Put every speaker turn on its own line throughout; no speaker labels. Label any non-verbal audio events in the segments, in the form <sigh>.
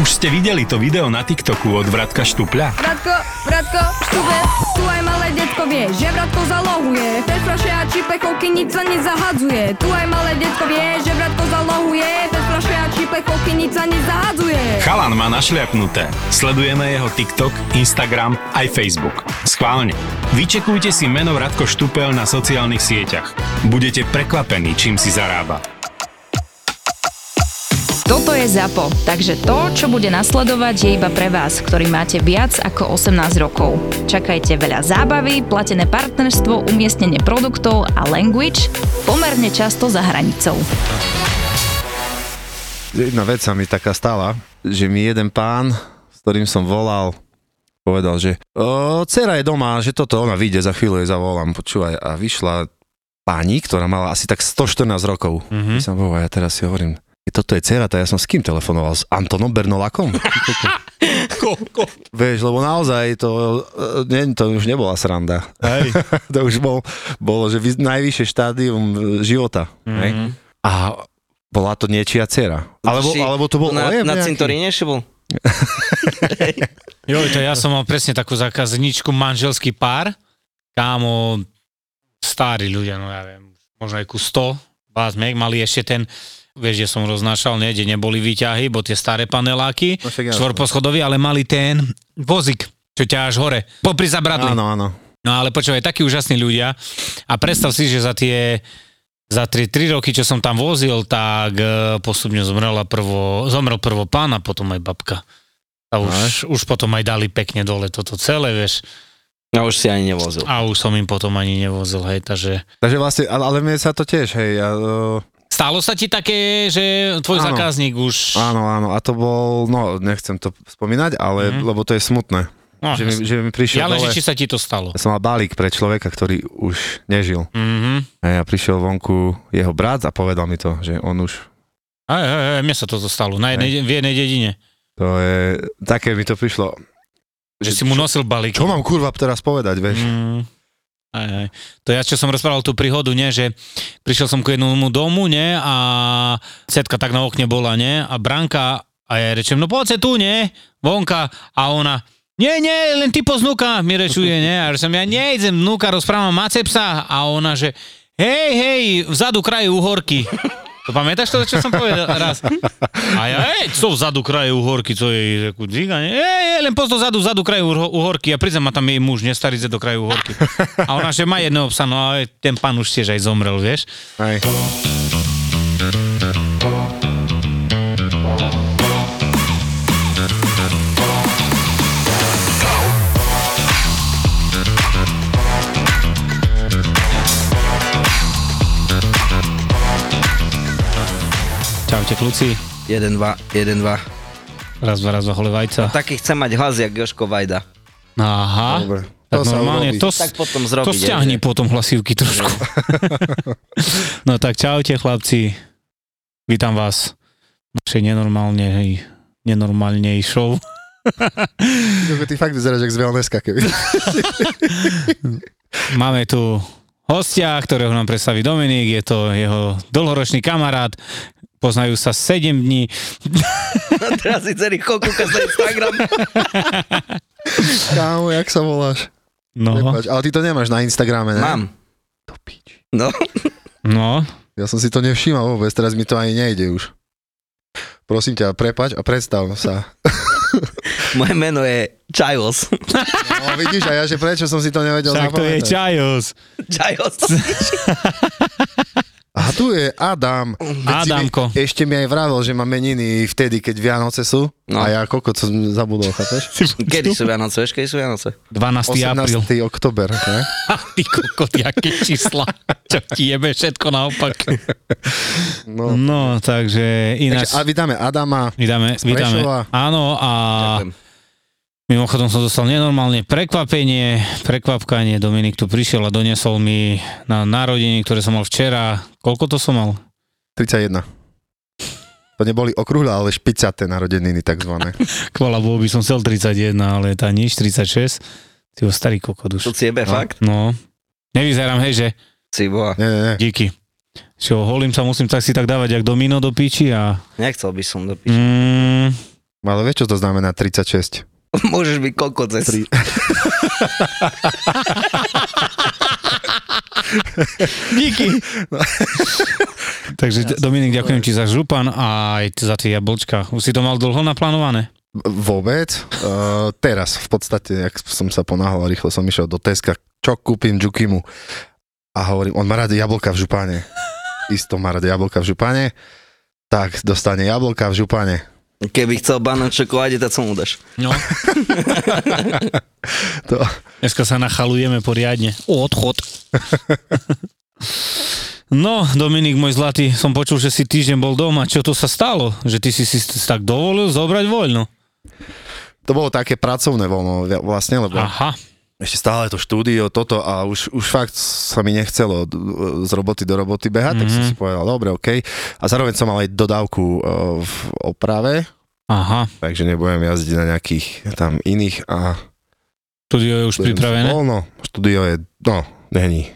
Už ste videli to video na TikToku od Vratka Štupľa?
Vratko, Vratko, štube, tu aj malé detko vie, že Vratko zalohuje. Bez flaše a čipekovky nič sa nezahadzuje. Tu aj malé detko vie, že Vratko zalohuje. Bez flaše a čipekovky nič sa nezahadzuje.
Chalan má našliapnuté. Sledujeme jeho TikTok, Instagram aj Facebook. Schválne. Vyčekujte si meno Vratko Štupel na sociálnych sieťach. Budete prekvapení, čím si zarába.
Toto je ZAPO, takže to, čo bude nasledovať, je iba pre vás, ktorý máte viac ako 18 rokov. Čakajte veľa zábavy, platené partnerstvo, umiestnenie produktov a language pomerne často za hranicou.
Jedna vec sa mi taká stala, že mi jeden pán, s ktorým som volal, povedal, že o, dcera je doma, že toto ona vyjde, za chvíľu jej zavolám, počúvaj. A vyšla pani, ktorá mala asi tak 114 rokov. Mm-hmm. Som bol, a ja teraz si hovorím, "Keď toto je dcera, tak ja som s kým telefonoval? S Antonom Bernolakom? Vieš, lebo naozaj to, e, nie, to už nebola sranda.
Hej.
<laughs> to už bol, bolo, že vy- najvyššie štádium e, života. Mm-hmm. Hej? A bola to niečia dcera. Alebo,
Či-
alebo to bol
na,
ojem
na
nejaký.
cintoríne ešte bol?
Jo, to ja som mal presne takú zákazničku, manželský pár, kámo, starí ľudia, no ja viem, možno aj ku 100, bázmek, mali ešte ten, vieš, že som roznášal, nie, kde neboli výťahy, bo tie staré paneláky,
No však jasné.
štvorposchodový, ale mali ten vozík, čo ťa až hore, popri zabradli.
Áno, áno.
No ale počúvaj, takí úžasní ľudia a predstav si, že za tie za tie 3 roky, čo som tam vozil, tak e, postupne zomrela prvo, zomrel prvo pán a potom aj babka. A už, už potom aj dali pekne dole toto celé, vieš.
No už si ani nevozil.
A už som im potom ani nevozil, hej, takže...
Takže vlastne, ale, ale mne sa to tiež, hej, a, e,
Stalo sa ti také, že tvoj
Áno.
áno. zákazník už...
áno, áno, a to bol, no, nechcem to spomínať, ale, mm-hmm. lebo to je smutné,
No,
že, mi, že mi prišiel
Mhm. ja len,
dole,
že či sa ti to
ja
stalo.
som mal balík pre človeka, ktorý už nežil.
Mhm.
Hej, a prišiel vonku jeho brat a povedal mi to, že on už,
Aj, aj, aj, mne sa toto stalo, na jednej, v jednej dedine.
to je, také mi to prišlo,
Že si mu nosil balík.
čo mám kurva teraz povedať, vieš?
Mm. Aj, aj. To ja, čo som rozprával tú príhodu, ne, že prišiel som k jednomu domu, ne, a setka tak na okne bola, ne, a branka, a ja rečem, no poď sa tu, ne, vonka, a ona, nie, nie, len ty poznúka, mi rečuje, ne, a ja som, ja nejdem, vnúka, rozprávam, máte psa, a ona, že, hej, hej, vzadu krajú uhorky. To pamätáš to, čo som povedal raz? A ja, hej, co vzadu kraje uhorky, co je, takú džiga, ne? Hej, hej, len pozdo vzadu, vzadu kraje uho- uhorky. A priznam, ma tam jej muž, nestarý do kraje uhorky. A ona, že má jedného psa, no a ten pán už tiež aj zomrel, vieš?
Hej.
Čaute, kluci.
1, 2, 1, 2.
Raz, dva, raz, ohole vajca.
Taký chcem mať hlas, jak Joško Vajda.
Aha.
Dobre.
Tak
To sa
normálne,
urobí.
to,
Tak
s-
potom
to
zrobiť. <laughs>
stiahni
že?
potom hlasivky trošku. no tak čaute, chlapci. Vítam vás v našej nenormálne, hej, nenormálnej show.
Joko, Ty fakt vyzeráš jak z Velneska,
<laughs>
keby.
Máme tu hostia, ktorého nám predstaví Dominik, je to jeho dlhoročný kamarát, poznajú sa 7 dní.
Teraz si celý koľko sa
<laughs>
Instagram.
Kámo, jak sa voláš?
No,
Nepáč, ale ty to nemáš na Instagrame, ne?
Mám.
To pič.
No, <laughs>
no,
Ja som si to nevšímal vôbec, teraz mi to ani nejde už. Prosím ťa, prepač a predstav sa.
moje meno je Čajos. <laughs>
No, vidíš, a ja, že prečo som si to nevedel
však to
zapamätať.
je Čajos.
Čajos.
<laughs> A tu je Adam. Veď si mi-
Adamko.
Ešte mi aj vravel, že má meniny vtedy, keď Vianoce sú.
No.
No. A ja koľko som zabudol,
<laughs>
chápeš?
Kedy sú Vianoce, vieš, kedy sú Vianoce?
12. apríl.
18.
<laughs>
oktober. Ne?
Ha, Ty kokot, jaké čísla. Čo ti jebe všetko naopak.
<laughs> No.
No, takže
Takže,
ináč...
a vítame Adama.
Vítame,
z
vítame.
Prešova.
Áno, a
Ďakujem.
mimochodom som dostal nenormálne prekvapenie, prekvapkanie. Dominik tu prišiel a doniesol mi na narodenie, ktoré som mal včera. Koľko to som mal?
31. To neboli okrúhle, ale špicaté narodeniny takzvané.
Kvala Bohu by som chcel 31, ale tá nič, 36. Ty ho starý
To
kokoduš.
si jebe,
No.
fakt?
No. Nevyzerám, hej, že?
Si boha.
Nie, nie, nie.
Díky. Čo, holím sa musím tak si tak dávať, jak domino do piči a...
Nechcel by som do piči.
Mm,
Ale vieš, čo to znamená 36?
<laughs> Môžeš byť kokoces.
Tri-
Díky. Takže Dominik, ďakujem ti za župan a aj za tie jablčka. Už si to mal dlho naplánované?
V- Vôbec. Uh, teraz v podstate, jak som sa ponáhal, rýchlo som išiel do Teska, čo kúpim Džukimu. A hovorím, on má rád jablka v župane. Isto má rád jablka v župane. Tak dostane jablka v župane.
Keby chcel banán v čokoláde, tak som mu dáš.
No.
To,
Dneska sa nachalujeme poriadne. O, odchod. <laughs> No, Dominik, môj zlatý, som počul, že si týždeň bol doma. Čo to sa stalo? Že ty si si tak dovolil zobrať voľno?
to bolo také pracovné voľno vi- vlastne, lebo
Aha.
ešte stále to štúdio, toto a už, už fakt sa mi nechcelo d- z roboty do roboty behať, mm-hmm. tak som si povedal, dobre, OK. A zároveň som mal aj dodávku eh, v oprave,
Aha.
takže nebudem jazdiť na nejakých tam iných a
Štúdio je už pripravené.
Voľno, štúdio je, no, není.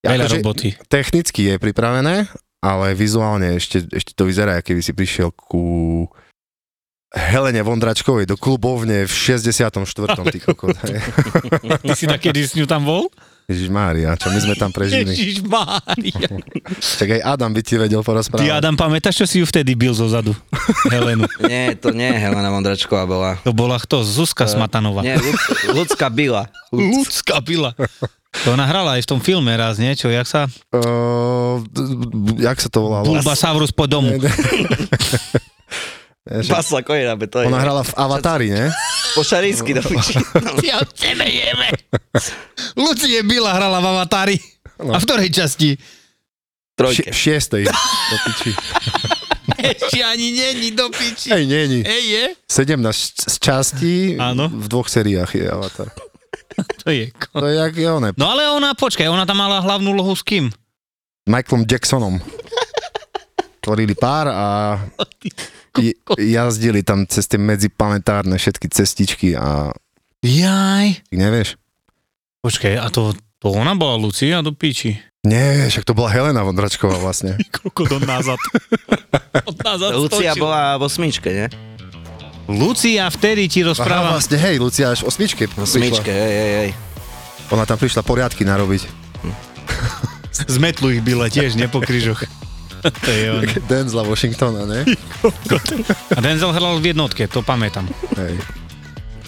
Veľa
Akože
roboty.
Technicky je pripravené, ale vizuálne ešte, ešte to vyzerá, ako keby si prišiel ku Helene Vondračkovej do klubovne v 64. Ty kokot, hej.
Ty si takedy s ňou tam bol?
Ježiš Mária, čo my sme tam prežili.
Ježiš Mária.
Tak aj Adam by ti vedel porozprávať.
Ty, Adam, pamätáš, čo si ju vtedy bil zo zadu? Helenu.
Nie, to nie Helena Vondračková bola.
To bola kto? Zuzka Smatanová.
Nie, Ľud- ľudská byla.
Ľudská pila. To ona hrala aj v tom filme raz, nie? Čo, jak sa...
Uh, jak sa to volalo?
Bulbasaurus po domu.
Pasla Kojrabe, to je.
Ona hrala v Avatari, ne?
Pošarínsky
<laughs>
do piči.
Ja od tebe jeme. Lucie Bila hrala v Avatári.
No.
A v ktorej časti?
Ši-
Trojke.
v šiestej. Do piči.
Ešte ani není do piči.
Ej, nie, nie.
<laughs> Ej, je?
17 z častí
Áno.
v dvoch sériách je Avatar.
To je kon-
To je jak je one,
No ale ona, počkaj, ona tam mala hlavnú lohu s kým?
Michaelom Jacksonom. Tvorili pár a j- jazdili tam cez tie medziplanetárne všetky cestičky a
Jaj.
ty nevieš?
Počkaj, a to, to ona bola Lucia do piči.
Nie, však to bola Helena Vondračková vlastne.
Koľko do nazad. <laughs> Od nazad
Lucia
skočil.
bola v osmičke, nie?
Lucia vtedy ti
Aha,
rozprávam.
vlastne, hej, Lucia až osmičke
V
prišla.
osmičke, hej, hej, hej.
Ona tam prišla poriadky narobiť.
Z metlu ich byla tiež, ne po kryžoch. to je
<laughs>
ono.
Denzla Washingtona, ne?
A Denzel hral v jednotke, to pamätám.
Hej.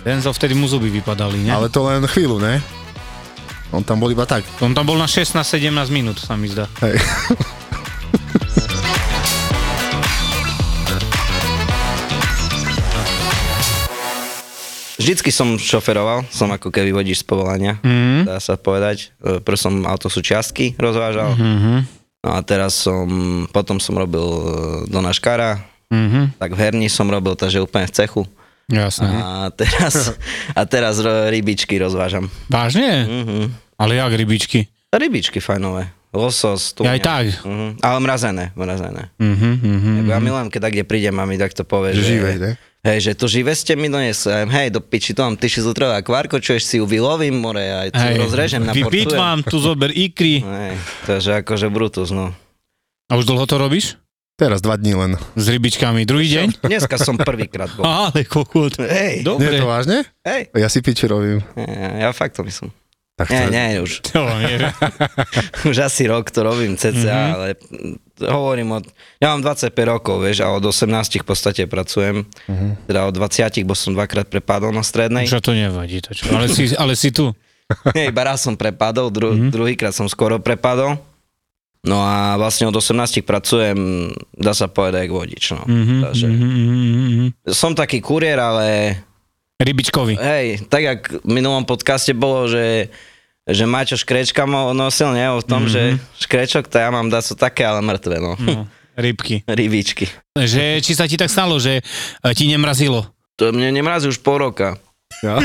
Denzel vtedy mu zuby vypadali, ne?
Ale to len chvíľu, ne? On tam bol iba tak.
On tam bol na 16-17 minút, sa mi zdá.
Hej.
Vždycky som šoferoval, som ako keby vodič z povolania,
Mm.
dá sa povedať. E, Prv som autosúčiastky rozvážal.
Mhm,
No a teraz som, potom som robil e, donáškara,
mhm,
tak v herni som robil, takže úplne v cechu.
jasné.
A
<laughs>
teraz, a teraz ro- rybičky rozvážam.
Vážne?
Mhm.
Ale jak rybičky?
Rybičky fajnové. Losos, tu.
Ja aj tak.
Mhm. Ale mrazené, mrazené.
Mhm, mhm.
Mm-hmm. Ja milujem, keď tak, kde prídem a mi takto povie,
Že živé, ne?
Hej, že to živé ste mi donesli. Ja im, Hej, do piči, to mám 1000 litrová kvárko, čo ešte si ju vylovím, more, aj tu
Hej,
rozrežem na portuje.
Vypitvam, tu zober ikry.
Hej, takže akože Brutus, no.
A už dlho to robíš?
Teraz dva dní len.
S rybičkami, druhý deň?
Dneska som prvýkrát bol.
Ale kokot.
Nie je
Hej,
to
Dobre.
vážne?
hej,
Ja si piči robím.
ja, ja fakt to myslím.
Tak to
Nie,
je-
nie, už,
To je,
už asi rok to robím cca, mm-hmm.
Mhm.
ale hovorím od, ja mám 25 rokov, vieš, a od 18 v podstate pracujem,
Mhm.
mm-hmm. teda od 20, bo som dvakrát prepadol na strednej.
čo to nevadí, to čo. Ale si, ale si tu.
Nie, iba raz som prepadol, dru-
Mhm.
mm-hmm. druhýkrát som skoro prepadol. No a vlastne od 18 pracujem, dá sa povedať, ako vodič. No.
Mhm,
Takže,
mhm, mhm, mhm.
Som taký kuriér, ale
Rybičkovi.
hej, tak jak v minulom podcaste bolo, že že Maťo Škrečka mo- nosil, nie? O tom,
Mhm.
mm-hmm. že Škrečok, to ja mám daco také, ale mŕtve, no.
No, rybky.
<laughs> Rybičky.
Že, či sa ti tak stalo, že e, ti <laughs> nemrazilo?
To mne nemrazí už pol
<laughs>
roka.
Ja?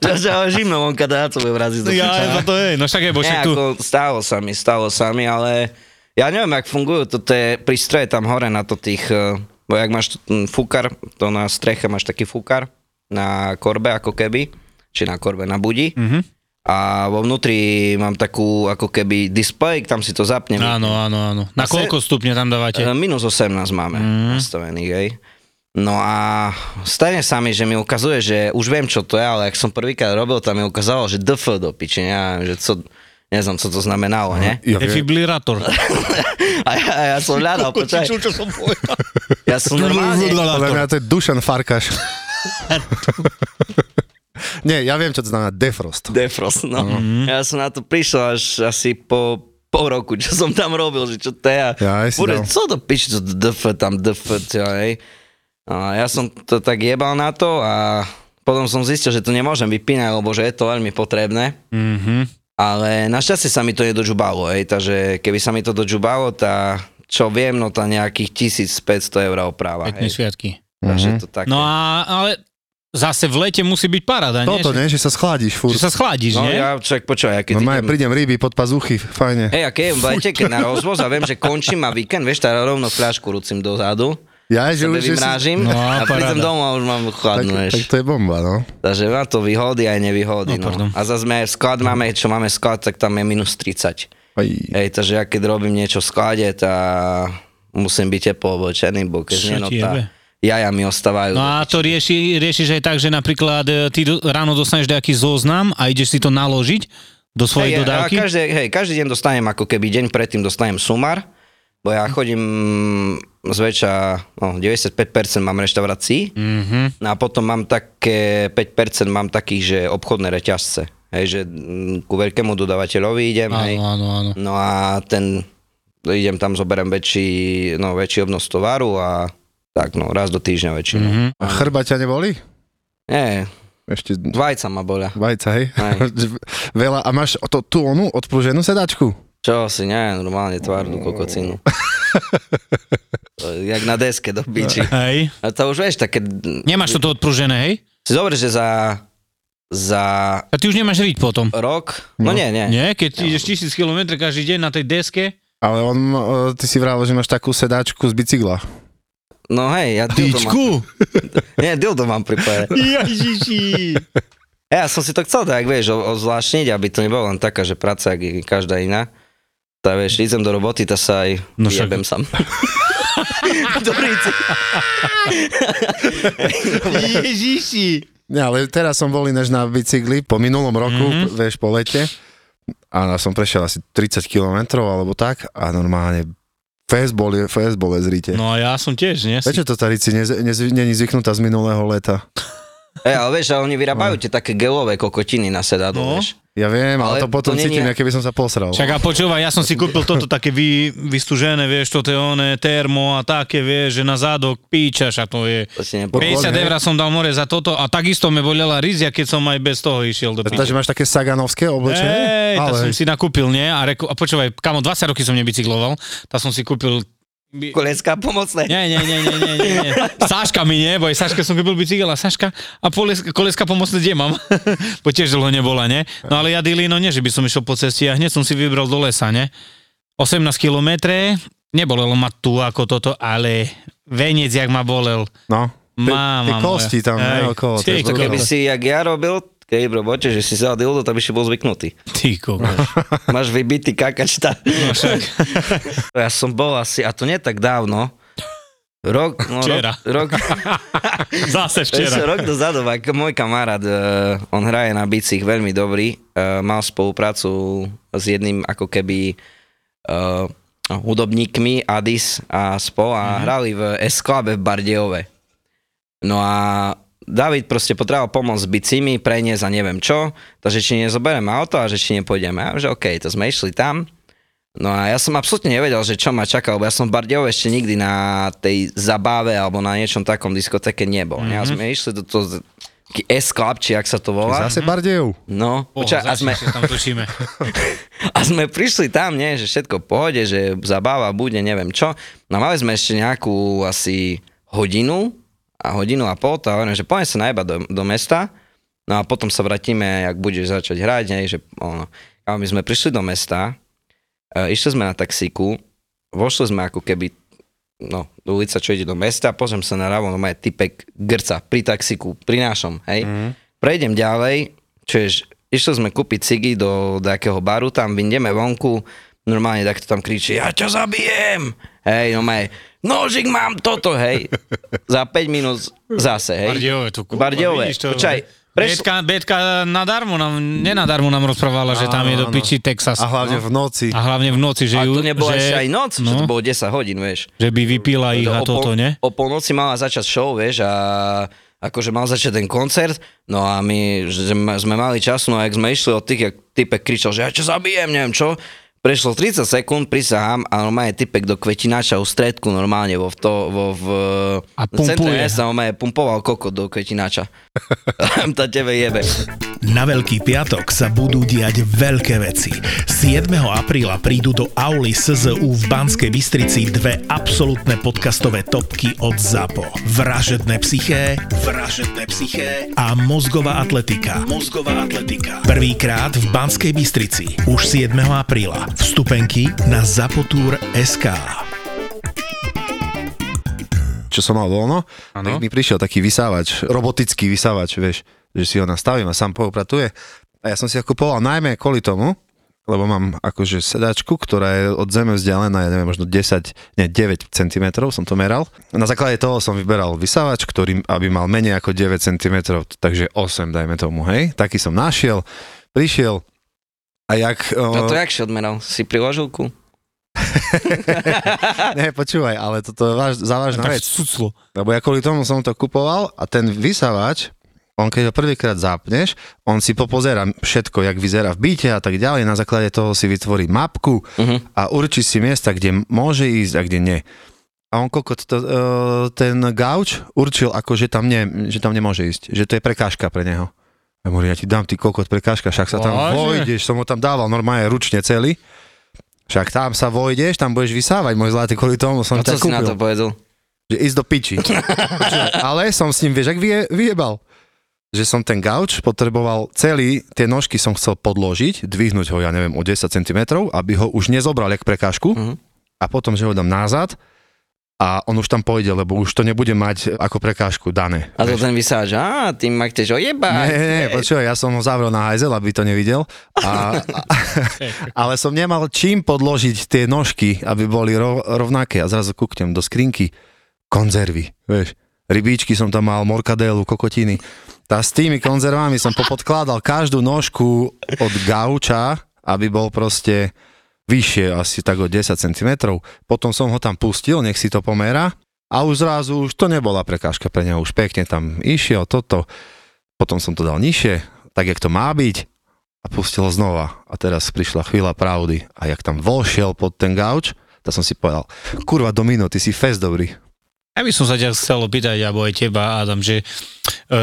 Takže ale živno vonka, dá co bude mraziť. do piča.
to je, no však je, bo však
Nie,
tu.
ako stalo sa mi, stalo sa mi, ale ja neviem, jak fungujú toto je prístroje tam hore na to tých, eh, bo jak máš ten fúkar, to na streche máš taký fúkar na korbe ako keby, či na korbe na budi.
Mhm.
A vo vnútri mám takú ako keby display, tam si to zapnem.
Áno, áno, áno. Na
Zase-
Ehm, koľko stupňov tam dávate? Mhm.
Eh, Minus 18 máme nastavených, hej. No a stane sa mi, že mi ukazuje, že už viem, čo to je, ale ak som prvýkrát robil, tam mi ukázalo, že DF do piče, neviem, že co, neznám, co to znamenalo,
Mhm.
ne?
Ja viem.
Defibrilátor.
A ja, a ja som hľadal, počkaj,
<laughs> Čo, čo som povedal?
ja som normálne,
Podľa mňa to je Dušan Farkaš. Nie, ja viem, čo to znamená defrost.
defrost, no.
Mhm.
Ja som na to prišiel až asi po pol roku, čo som tam robil, že čo to je. a
Ja aj si
Bude,
dal.
co to piče, to DF, tam DF, čo hej. A ja som to tak jebal na to a potom som zistil, že to nemôžem vypínať, lebo že je to veľmi potrebné.
Mhm.
Ale našťastie sa mi to nedožubalo, hej, takže keby sa mi to dožubalo, tá, čo viem, no tá nejakých 1500 eur oprava,
Pekné
hej.
sviatky.
Takže
Mhm.
to tak
No a, ale zase v lete musí byť parada, nie?
Toto, nie? Že sa schládíš furt.
Že sa
no
schládíš, nie?
ja však počúvaj, ja keď
Normálne
idem-
prídem ryby pod pazuchy, fajne.
Hej, a keď idem v lete, keď na rozvoz a viem, že končím a víkend, vieš, tá rovno fľašku rucím dozadu,
Ja, že
sebe
už že si...
vymrážim
No a
a prídem
paráda.
domov a už mám
Tak,
chladnú,
tak
vieš.
to je bomba, no.
Takže má to výhody aj nevýhody,
No,
no.
pardon.
A zase sme sklad máme, čo máme sklad, tak tam je minus 30.
Aj.
Hej, takže ja keď robím niečo v sklade, tá musím byť teplo oblečený, bo keď
Čo
nie, no
ti jebe?
tá jaja mi ostávajú.
No a to rieši, riešiš aj tak, že napríklad e, ty do, ráno dostaneš nejaký zoznam a ideš si to naložiť do
hej,
svojej
ja-
dodávky.
ja Každý, hej, každý deň dostanem ako keby deň predtým dostanem sumar, bo ja chodím zväčša, no, 95% mám reštaurácií,
Mhm.
no a potom mám také 5% mám takých, že obchodné reťazce. Hej, že mm, ku veľkému dodávateľovi idem, hej.
Áno, áno, áno.
No a ten, idem tam, zoberiem väčší, no, väčší obnos tovaru a tak no, raz do týždňa väčšinou.
Mhm.
Mm-hmm.
A chrba ťa neboli?
Nie,
Ešte
dvajca ma bolia.
vajca, hej? <laughs>
Aj.
Veľa. A máš to, tú onu odprúženú sedačku?
Čo si, nie, normálne tvárnu kokocinu. To je Jak na deske do biči.
Hej.
A to už vieš, také...
Nemáš toto odpružené, hej?
Si dobre, že za, za
A ty už nemáš riť potom.
rok... No, nie, nie.
Nie, keď ideš tisíc kilometr každý deň na tej deske.
Ale on, e, ty si vravel, že máš takú sedačku z bicykla.
No hej, ja dildo mám... Nie, dildo mám pripájať.
Ježiši.
Ja som si to chcel tak, vieš, o- ozvláštniť, aby to nebola len taká, že práca, jak je každá iná. Tá, vieš, idem do roboty, tá sa aj
No
no,
však-
jebem <laughs> sam. do ríce.
Ježiši.
Nie, ale teraz som bol ináč na bicykli po minulom roku,
Mhm.
mm-hmm. vieš, po lete. A som prešiel asi 30 kilometrov alebo tak a normálne fest boli, fest boli zrite. No,
No a ja som tiež, nie?
Prečo to tá rici nez- nez- není zvyknutá z minulého leta?
Hej, ale vieš, ale oni vyrábajú tie také gelové kokotiny na sedadlo,
No.
no. vieš.
Ja viem, ale,
Ale
to potom
to není-
cítim, aké by som sa posral.
Však a počúvaj, ja som si kúpil toto také vy, vystúžené, vieš, toto je oné, termo a také, vieš, že na zádok píčaš a to je...
To si nepo...
hej.
50 eur som dal more za toto a takisto me bolela rizia, keď som aj bez toho išiel do píče.
Takže máš také saganovské oblečenie?
Ej, to
ale
som si nakúpil, nie? A, reku, a počúvaj, kamo, 20 roky som nebicykloval, tá som si kúpil...
Kolecká pomocné.
Nie, nie, nie, nie, nie, nie, nie. Sáška mi nie, bo aj Sáška som kúpil bicykel a Sáška a poles, koleska pomocné kde mám? <laughs> bo tiež dlho nebola, nie? No ale ja Dilino nie, že by som išiel po ceste a hneď som si vybral do lesa, nie? 18 kilometre, nebolelo ma tu ako toto, ale venec, jak ma bolel.
no. Ty-
Máma
Tie kosti tam, ne,
moja. Ej,
okolo. to
ty
je brutál.
Keby
kokos.
si, jak ja robil, keď v robote, že si sa dildo, tak by si bol
<laughs>
zvyknutý.
Ty kokos.
Máš vybitý kakačta.
No však.
<laughs> Ja som bol asi, a to nie tak dávno, rok, no,
Včera. <laughs>
rok, rok,
Zase
Ešte
včera.
rok dozadu, ak môj kamarát, eh, on hraje na bicích veľmi dobrý, eh, mal spoluprácu s jedným ako keby eh, hudobníkmi, Adis a spol
Mhm.
a hrali v Esklabe v Bardejove. No a David proste potreboval pomoc s bicími, preniesť a neviem čo, takže či nezobereme auto a že či nepôjdeme. A že OK, to sme išli tam. No a ja som absolútne nevedel, že čo ma čaká, lebo ja som v Bardejove ešte nikdy na tej zabave alebo na niečom takom diskoteke nebol. Mm-hmm. A sme išli do toho taký S-Club, či jak sa to volá.
Zase Bardejov.
No, poča, a, sme,
sa tam točíme.
a sme prišli tam, nie, že všetko v pohode, že zabáva bude, neviem čo. No mali sme ešte nejakú asi hodinu a hodinu a pol, a hovorím, že poďme sa najba do, do mesta, no a potom sa vrátime, ak budeš začať hrať, nie, že ono. A my sme prišli do mesta, e, išli sme na taxíku, vošli sme ako keby no, do ulica, čo ide do mesta, pozriem sa na ravo, no má typek grca pri taxiku, pri našom, hej.
Mhm.
Mm. Prejdem ďalej, čiže išli sme kúpiť cigy do takého baru, tam vyjdeme vonku, normálne takto tam kričí, ja ťa zabijem! Hej, no má nožik mám toto, hej. Za 5 minút zase, <laughs> hej.
Bardiové tu kúpa,
Bardiové,
vidíš to?
počkaj. Prešlo,
Betka, Betka nadarmo nám, nenadarmo nám rozprávala, že tam je do
Áno, áno.
piči Texas.
A hlavne v noci.
A hlavne v noci, že
a
ju,
to nebola
že,
ešte aj noc, no. že to
no,
bolo 10 hodín, vieš.
že by vypila ich a
O pol-
toto, ne?
O polnoci mala začať show, vieš, a akože mal začať ten koncert, no a my že ma- sme mali čas, no a jak sme išli od tých, jak typek kričal, že ja čo zabijem, neviem čo, prešlo 30 sekúnd, prisahám a normálne typek do kvetinača u stredku normálne vo v to, vo v...
A
v centre
pumpuje.
mesta normálne pumpoval koko do kvetinača. to tebe jebe.
Na Veľký piatok sa budú diať veľké veci. 7. apríla prídu do auly SZU v Banskej Bystrici dve absolútne podcastové topky od ZAPO. Vražedné psyché, vražedné psyché a mozgová atletika. Mozgová atletika. Prvýkrát v Banskej Bystrici. Už 7. apríla. Vstupenky na zapotur.sk
čo som mal voľno, ano. tak mi prišiel taký vysávač, robotický vysávač, vieš, že si ho nastavím a sám poupratuje. A ja som si ho kupoval najmä kvôli tomu, lebo mám akože sedačku, ktorá je od zeme vzdialená, ja neviem, možno 10, nie, 9 cm som to meral. Na základe toho som vyberal vysávač, ktorý aby mal menej ako 9 cm, takže 8 dajme tomu, hej. Taký som našiel, prišiel a jak...
No to jak si odmeral? Si priložil ku?
<laughs> Ne, počúvaj, ale toto je váž, závažná vec.
Tak cuclo.
Lebo ja kvôli tomu som to kupoval a ten vysávač, on keď ho prvýkrát zapneš, on si popozera všetko, jak vyzerá v byte a tak ďalej, na základe toho si vytvorí mapku uh-huh.
Mhm.
a určí si miesta, kde môže ísť a kde nie. A on kokot, to, e, ten gauč určil, ako že tam, ne, že tam nemôže ísť, že to je prekážka pre neho. Ja mu hovorím, ja ti dám ty kokot prekážka, však sa tam
Vážne?
vojdeš, som ho tam dával normálne ručne celý. Však tam sa vojdeš, tam budeš vysávať, môj zlatý, kvôli tomu som
No
ťa
čo si
kúpil
na to povedal?
že ísť do
<laughs>
piči. Počúvaj, Ale som s ním, vieš, ak vie, vyjebal. Že som ten gauč potreboval celý, tie nožky som chcel podložiť, dvihnúť ho, ja neviem, o 10 cm, aby ho už nezobral jak prekážku
Mhm.
a potom, že ho dám nazad a on už tam pôjde, lebo už to nebude mať ako prekážku dané.
A to ten vysávač, á, ty ma chceš ojebať.
Nie, nie, nie, počúvaj, ja som ho zavrel na hajzel, aby to nevidel. A, a, ale som nemal čím podložiť tie nožky, aby boli rov, rovnaké. A zrazu kúknem do skrinky konzervy, vieš. Rybíčky som tam mal, morkadélu, kokotiny. Tá s tými konzervami som popodkladal každú nožku od gauča, aby bol proste vyššie, asi tak o 10 cm. Potom som ho tam pustil, nech si to pomera. A už zrazu, už to nebola prekážka pre neho, už pekne tam išiel, toto potom som to dal nižšie, tak jak to má byť a pustil ho znova. A teraz prišla chvíľa pravdy a jak tam vošiel pod ten gauč, tak som si povedal, kurva Domino, ty si fest dobrý.
Ja by som sa ťa chcel opýtať, alebo aj teba, Adam, že e,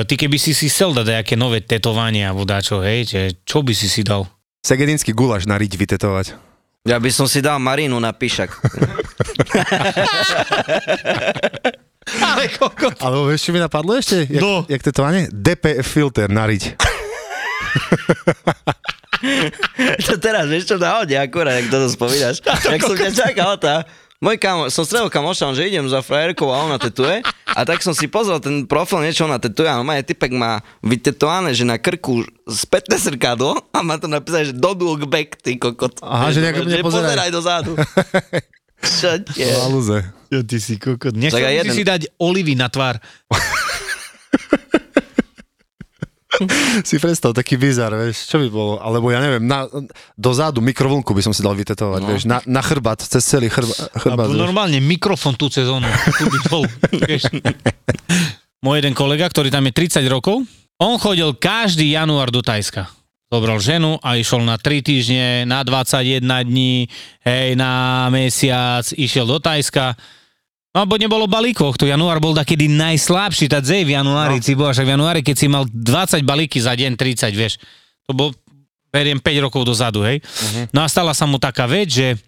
ty keby si si chcel dať nejaké nové tetovania alebo dačo, hej, že čo by si si dal?
Segedinský gulaš na riť vytetovať.
Ja by som si dal Marinu na píšak.
Ale koľko?
Alebo vieš, čo mi napadlo ešte? Jak,
No.
jak tetovanie? DPF filter na riť.
to teraz vieš čo nahodia akurát, ak to
<laughs>
spomínaš. Jak som ťa čakal, tá. Môj kamo, som stredol kamošom, že idem za frajerkou a ona tetuje. A tak som si pozrel ten profil, niečo ona tetuje. A normálne typek má vytetované, že na krku spätné zrkadlo a má to napísané, že don't look back, ty kokot.
Aha, že
<laughs>
nejak nepozeraj.
Že Pozeraj
<laughs>
dozadu. čo tie?
Aluze.
Jo, ty si kokot. Nechcel
Tak aj
by
jeden.
si si dať olivy na tvár.
Si predstav, taký bizar, vieš, čo by bolo? Alebo ja neviem, na, dozadu mikrovlnku by som si dal vytetovať, no. vieš, na, na chrbát, cez celý chrb,
A
chrbát. vieš.
normálne mikrofon tú sezónu. Tu by bol, vieš. Môj jeden kolega, ktorý tam je 30 rokov, on chodil každý január do Tajska. Zobral ženu a išiel na 3 týždne, na 21 dní, hej, na mesiac, išiel do Tajska. No bo nebolo balíkov, to január bol takedy najslabší, tá dzej v januári, no. si bola, však v januári, keď si mal 20 balíky za deň, 30, vieš. To bol, beriem 5 rokov dozadu, hej. Uh-huh. No a stala sa mu taká vec, že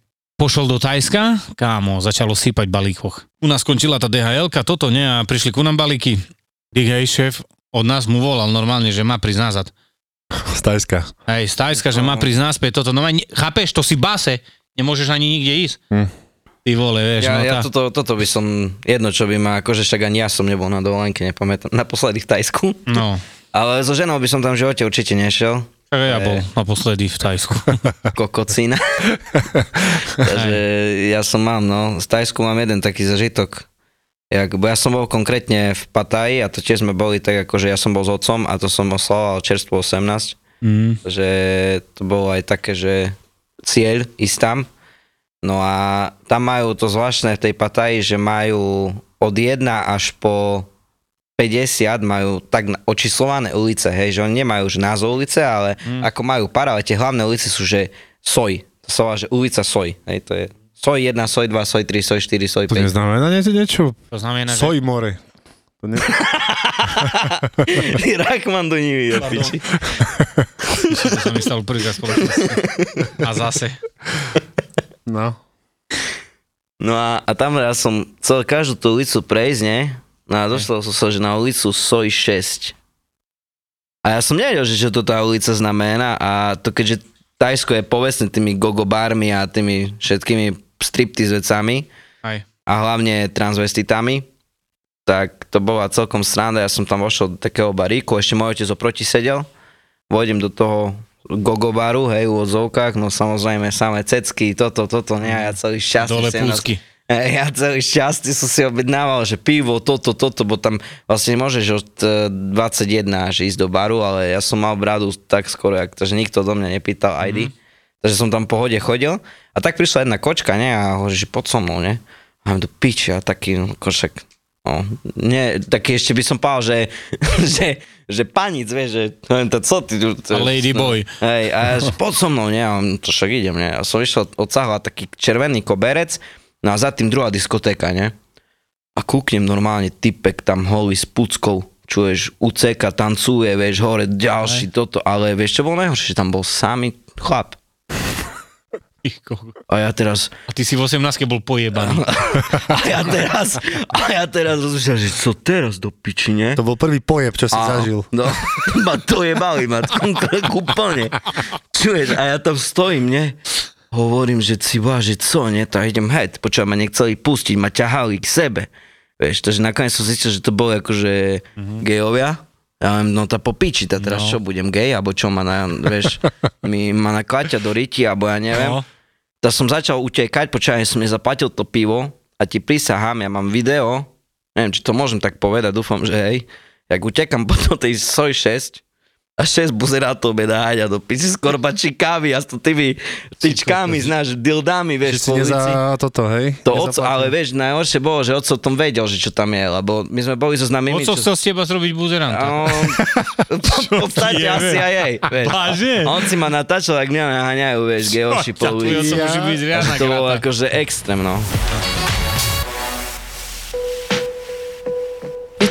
Pošol do Tajska, kámo, začalo sypať balíkoch. U nás skončila tá dhl toto nie, a prišli ku nám balíky. Big hej, šéf, od nás mu volal normálne, že má prísť nazad.
Z Tajska.
Hej, z Tajska, že má prísť naspäť, toto, no aj, chápeš, to si base, nemôžeš ani nikde ísť.
Hm.
Ty vole, vieš,
Ja,
no
ja
tá...
toto, toto by som, jedno čo by ma, akože však ani ja som nebol na dovolenke, nepamätám, naposledy v Tajsku.
No,
Ale so ženou by som tam v živote určite nešiel.
Tak aj ja bol naposledy v
<laughs>
Tajsku.
kokocina. Takže ja som mám, no, z Tajsku mám jeden taký zažitok. Jak, bo ja som bol konkrétne v Pataji a to tiež sme boli tak ako, že ja som bol s otcom a to som oslavoval čerstvo 18.
Mm.
že to bolo aj také, že cieľ ísť tam. No a tam majú to zvláštne v tej Pataji, že majú od 1 až po 50 majú tak na- očíslované ulice, hej, že oni nemajú už názov ulice, ale mm. ako majú par, ale tie hlavné ulice sú, že Soj, to sa volá, že ulica Soj, hej, to je Soj 1, Soj 2, Soj 3, Soj 4, Soj
To
5.
neznamená nie, niečo?
To znamená, že...
Sojmore. To ne...
Rakman do nimi, do <laughs> piči.
to No. sa mi stalo
<laughs>
prvýkrát spoločnosti. A zase.
No.
No a, a tam ja som chcel každú tú ulicu prejsť, nie? No a došlo som sa, že na ulicu Soj 6. A ja som nevedel, že čo to tá ulica znamená a to keďže Tajsko je povestné tými gogobármi a tými všetkými striptiz vecami
Aj.
a hlavne transvestitami, tak to bola celkom sranda. Ja som tam vošiel do takého baríku, ešte môj otec oproti sedel. Vojdem do toho gogobaru, hej, v odzovkách, no samozrejme samé cecky, toto, toto, nie, ja celý šťastný.
Dole
sedem na-
púsky.
Hej, Ja celý šťastný som si objednával, že pivo, toto, toto, bo tam vlastne môžeš od e, 21 až ísť do baru, ale ja som mal bradu tak skoro, jak, takže nikto do mňa nepýtal ID.
Mhm.
Takže som tam pohode chodil a tak prišla jedna kočka, ne, a hovorí, že pod so mnou, ne. A do piči a taký no, košek. No, nie, taký ešte by som pál, že, <laughs> že, že panic, vieš, že neviem, to, co ty tu... to-
A lady
no.
boy.
Hej, a ja, že pod so mnou, nie, a on, "No to však idem, nie. A som išiel od Sahla taký červený koberec, no a za tým druhá diskotéka, nie. A kúknem normálne, typek tam holý s puckou, čuješ, uceka, tancuje, vieš, hore, ďalší, toto, ale vieš, čo bolo najhoršie, že tam bol samý chlap.
Ich koľko.
A ja teraz,
A ty si v 18 bol pojebaný.
a
<laughs>
ja teraz, a ja teraz rozmýšľam, že co teraz do piči, nie?
To bol prvý pojeb, čo si
A-
zažil.
No, <laughs> ma to je malý, ma konkrétne úplne. Čuješ, a ja tam stojím, ne? Hovorím, že si boha, že co, ne? To ja idem het, počúvaj, ma nechceli pustiť, ma ťahali k sebe. Vieš, takže nakoniec som zistil, že to bolo akože
Mhm.
gejovia. Ja viem, no tá popiči, tá teraz čo, budem gej, alebo čo ma na,
<laughs>
vieš, mi ma nakláťa do riti, alebo ja neviem
No.
tak som začal utekať, počkaj, som nezaplatil to pivo a ti prisahám, ja mám video, neviem, či to môžem tak povedať, dúfam, že hej, jak utekam <laughs> potom tej Soj 6, a 6 buzerátov me naháňa do pici s korbačikami a s tými tyčkami, znáš,
Že
dildami, vieš,
si
po ulici.
neza toto, hej?
To
Nezaplatil.
oco, ale vieš, najhoršie bolo, že oco o tom vedel, že čo tam je, lebo my sme boli so známymi,
Oco chcel z teba zrobiť <laughs> buzeranta.
No, v podstate
ti jebe?
asi aj jej, vieš.
Vážne?
A On si ma natáčal, ak mňa naháňajú, vieš, geoši po
Tvoj
ulici.
oco môže byť riadna
Takže to bolo
krata.
akože extrém, no.
Mne